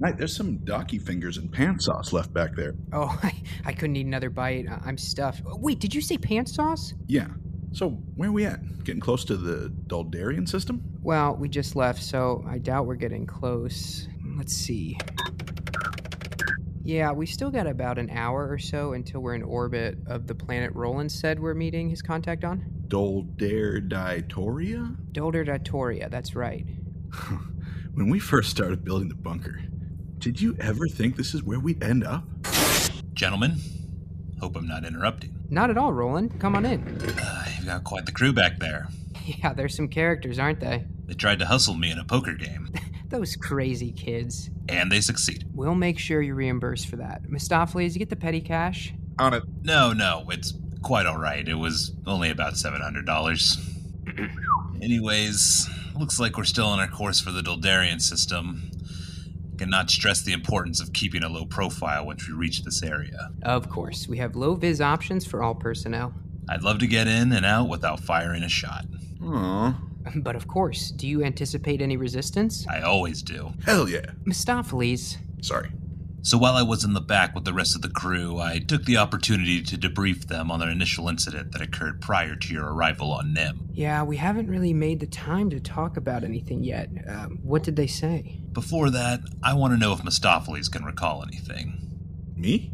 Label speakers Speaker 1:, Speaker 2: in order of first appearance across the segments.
Speaker 1: Mate, there's some docky fingers and pan sauce left back there.
Speaker 2: Oh, I, I couldn't eat another bite. I- I'm stuffed. Oh, Wait, did you say pants sauce?
Speaker 1: Yeah. So where are we at? Getting close to the Doldarian system?
Speaker 2: Well, we just left, so I doubt we're getting close. Let's see. Yeah, we still got about an hour or so until we're in orbit of the planet Roland said we're meeting his contact on.
Speaker 1: Dolderditoria?
Speaker 2: Dolder Datoria, that's right.
Speaker 1: When we first started building the bunker, did you ever think this is where we'd end up?
Speaker 3: Gentlemen, hope I'm not interrupting.
Speaker 2: Not at all, Roland. Come on in.
Speaker 3: Uh, you've got quite the crew back there.
Speaker 2: Yeah, there's some characters, aren't they?
Speaker 3: They tried to hustle me in a poker game,
Speaker 2: Those crazy kids.
Speaker 3: and they succeeded.
Speaker 2: We'll make sure you're reimbursed for that. Mistopheles, you get the petty cash?
Speaker 1: On it.
Speaker 3: No, no, it's quite all right. It was only about $700. Anyways, looks like we're still on our course for the Doldarian system. Cannot stress the importance of keeping a low profile once we reach this area.
Speaker 2: Of course, we have low vis options for all personnel.
Speaker 3: I'd love to get in and out without firing a shot.
Speaker 1: Aw.
Speaker 2: But of course, do you anticipate any resistance?
Speaker 3: I always do.
Speaker 1: Hell yeah.
Speaker 2: Mistopheles,
Speaker 1: Sorry.
Speaker 3: So while I was in the back with the rest of the crew, I took the opportunity to debrief them on their initial incident that occurred prior to your arrival on E Nim.
Speaker 2: yeah, we haven't really made the time to talk about anything yet. Um, what did they say?
Speaker 3: Before that, I want to know if Mistopheles can recall anything.
Speaker 1: Me?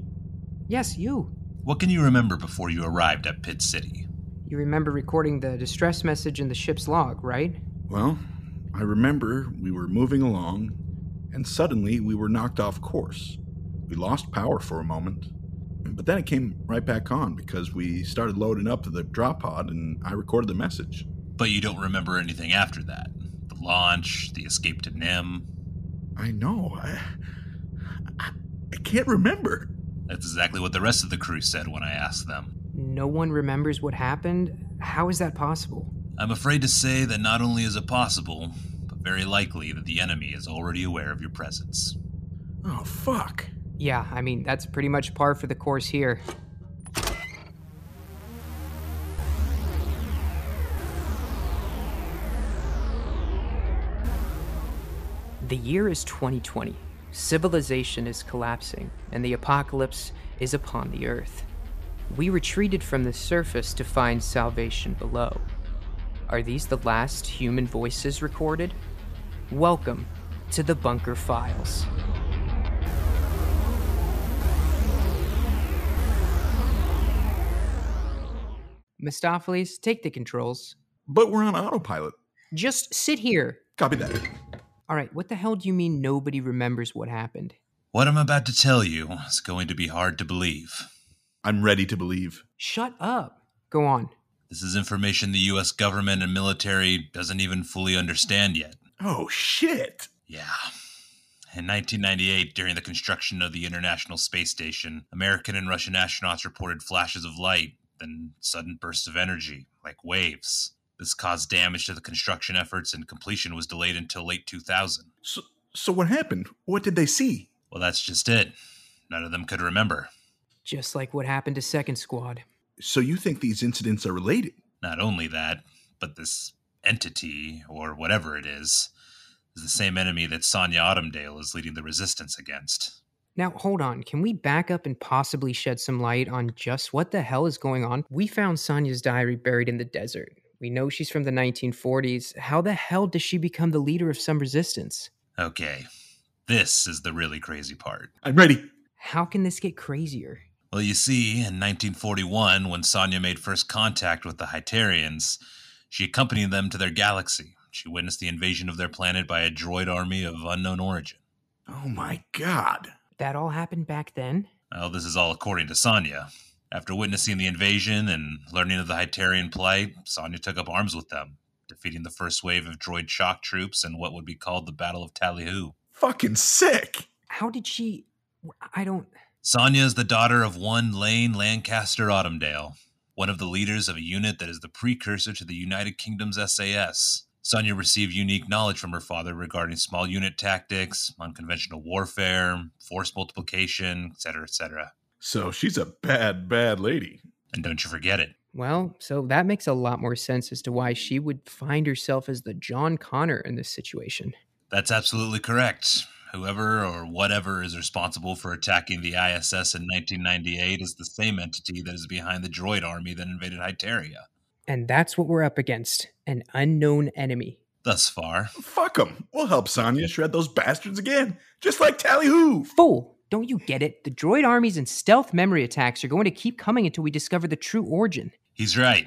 Speaker 2: Yes, you.
Speaker 3: What can you remember before you arrived at Pit City?
Speaker 2: You remember recording the distress message in the ship's log, right?
Speaker 1: Well, I remember we were moving along, and suddenly we were knocked off course. We lost power for a moment, but then it came right back on because we started loading up the drop pod and I recorded the message.
Speaker 3: But you don't remember anything after that. The launch, the escape to E Nim.
Speaker 1: I know. I, I, I can't remember.
Speaker 3: That's exactly what the rest of the crew said when I asked them.
Speaker 2: No one remembers what happened? How is that possible?
Speaker 3: I'm afraid to say that not only is it possible, but very likely that the enemy is already aware of your presence.
Speaker 1: Oh, fuck.
Speaker 2: Yeah, I mean, that's pretty much par for the course here. The year is 2020. Civilization is collapsing, and the apocalypse is upon the earth. We retreated from the surface to find salvation below. Are these the last human voices recorded? Welcome to the Bunker Files. Mistopheles, take the controls.
Speaker 1: But we're on autopilot.
Speaker 2: Just sit here.
Speaker 1: Copy that.
Speaker 2: All right, what the hell do you mean nobody remembers what happened?
Speaker 3: What I'm about to tell you is going to be hard to believe.
Speaker 1: I'm ready to believe.
Speaker 2: Shut up. Go on.
Speaker 3: This is information the US government and military doesn't even fully understand yet.
Speaker 1: Oh, shit.
Speaker 3: Yeah. In 1998, during the construction of the International Space Station, American and Russian astronauts reported flashes of light, then sudden bursts of energy, like waves. This caused damage to the construction efforts, and completion was delayed until late 2000.
Speaker 1: So, so what happened? What did they see?
Speaker 3: Well, that's just it. None of them could remember.
Speaker 2: Just like what happened to Second Squad.
Speaker 1: So you think these incidents are related?
Speaker 3: Not only that, but this entity, or whatever it is, is the same enemy that Sonya Autumndale is leading the resistance against.
Speaker 2: Now, hold on. Can we back up and possibly shed some light on just what the hell is going on? We found Sonya's diary buried in the desert. We know she's from the 1940s. How the hell does she become the leader of some resistance?
Speaker 3: Okay, this is the really crazy part.
Speaker 1: I'm ready.
Speaker 2: How can this get crazier?
Speaker 3: Well, you see, in 1941, when Sonya made first contact with the Hyterians, she accompanied them to their galaxy. She witnessed the invasion of their planet by a droid army of unknown origin.
Speaker 1: Oh my god.
Speaker 2: That all happened back then?
Speaker 3: Well, this is all according to Sonya. After witnessing the invasion and learning of the Hyterian plight, Sonya took up arms with them, defeating the first wave of droid shock troops in what would be called the Battle of Talihoo.
Speaker 1: Fucking sick.
Speaker 2: How did she. I don't.
Speaker 3: Sonya is the daughter of one Lane Lancaster Autumndale, one of the leaders of a unit that is the precursor to the United Kingdom's SAS. Sonya received unique knowledge from her father regarding small unit tactics, unconventional warfare, force multiplication, etc., etc.
Speaker 1: So she's a bad, bad lady.
Speaker 3: And don't you forget it.
Speaker 2: Well, so that makes a lot more sense as to why she would find herself as the John Connor in this situation.
Speaker 3: That's absolutely correct. Whoever or whatever is responsible for attacking the ISS in 1998 is the same entity that is behind the droid army that invaded Hyteria.
Speaker 2: And that's what we're up against an unknown enemy.
Speaker 3: Thus far,
Speaker 1: Fuck them. We'll help Sonya shred those bastards again, just like Tally Ho.
Speaker 2: Fool! Don't you get it? The droid armies and stealth memory attacks are going to keep coming until we discover the true origin.
Speaker 3: he's right.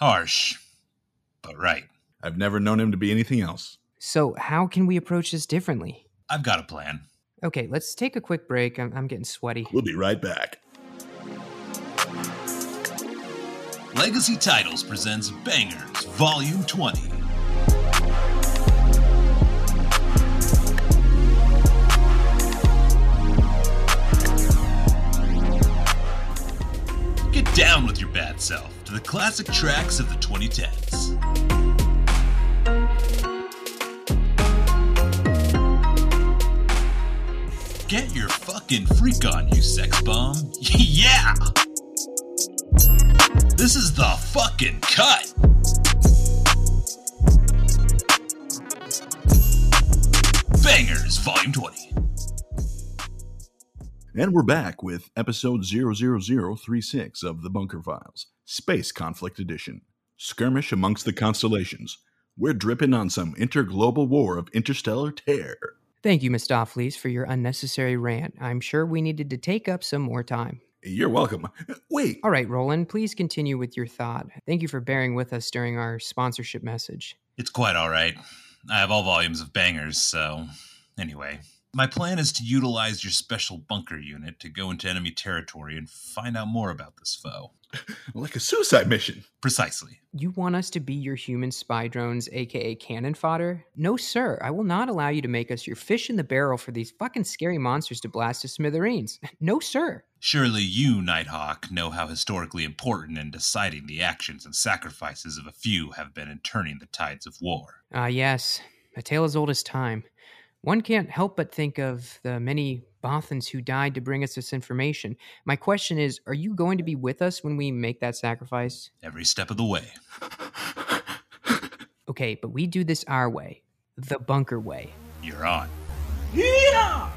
Speaker 3: Harsh, but right.
Speaker 1: I've never known him to be anything else.
Speaker 2: So, how can we approach this differently?
Speaker 3: I've got a plan.
Speaker 2: Okay, let's take a quick break. I'm, I'm getting sweaty.
Speaker 1: We'll be right back.
Speaker 3: Legacy Titles presents Bangers, Volume 20. Get down with your bad self to the classic tracks of the 2010s. Get your fucking freak on, you sex bomb. yeah! This is the fucking cut. Bangers, Volume 20.
Speaker 1: And we're back with episode 00036 of The Bunker Files, Space Conflict Edition Skirmish Amongst the Constellations. We're dripping on some interglobal war of interstellar terror.
Speaker 2: Thank you, Miss Dofflees, for your unnecessary rant. I'm sure we needed to take up some more time.
Speaker 1: You're welcome. Wait,
Speaker 2: All right, Roland, please continue with your thought. Thank you for bearing with us during our sponsorship message.
Speaker 3: It's quite alright. I have all volumes of bangers, so. Anyway. My plan is to utilize your special bunker unit to go into enemy territory and find out more about this foe.
Speaker 1: like a suicide mission.
Speaker 3: Precisely.
Speaker 2: You want us to be your human spy drones, aka cannon fodder? No, sir. I will not allow you to make us your fish in the barrel for these fucking scary monsters to blast to smithereens. No, sir.
Speaker 3: Surely you, Nighthawk, know how historically important in deciding the actions and sacrifices of a few have been in turning the tides of war.
Speaker 2: Ah, yes, a tale as old as time. One can't help but think of the many Bothans who died to bring us this information. My question is are you going to be with us when we make that sacrifice?
Speaker 3: Every step of the way.
Speaker 2: Okay, but we do this our way the bunker way.
Speaker 3: You're on.
Speaker 4: Yeah!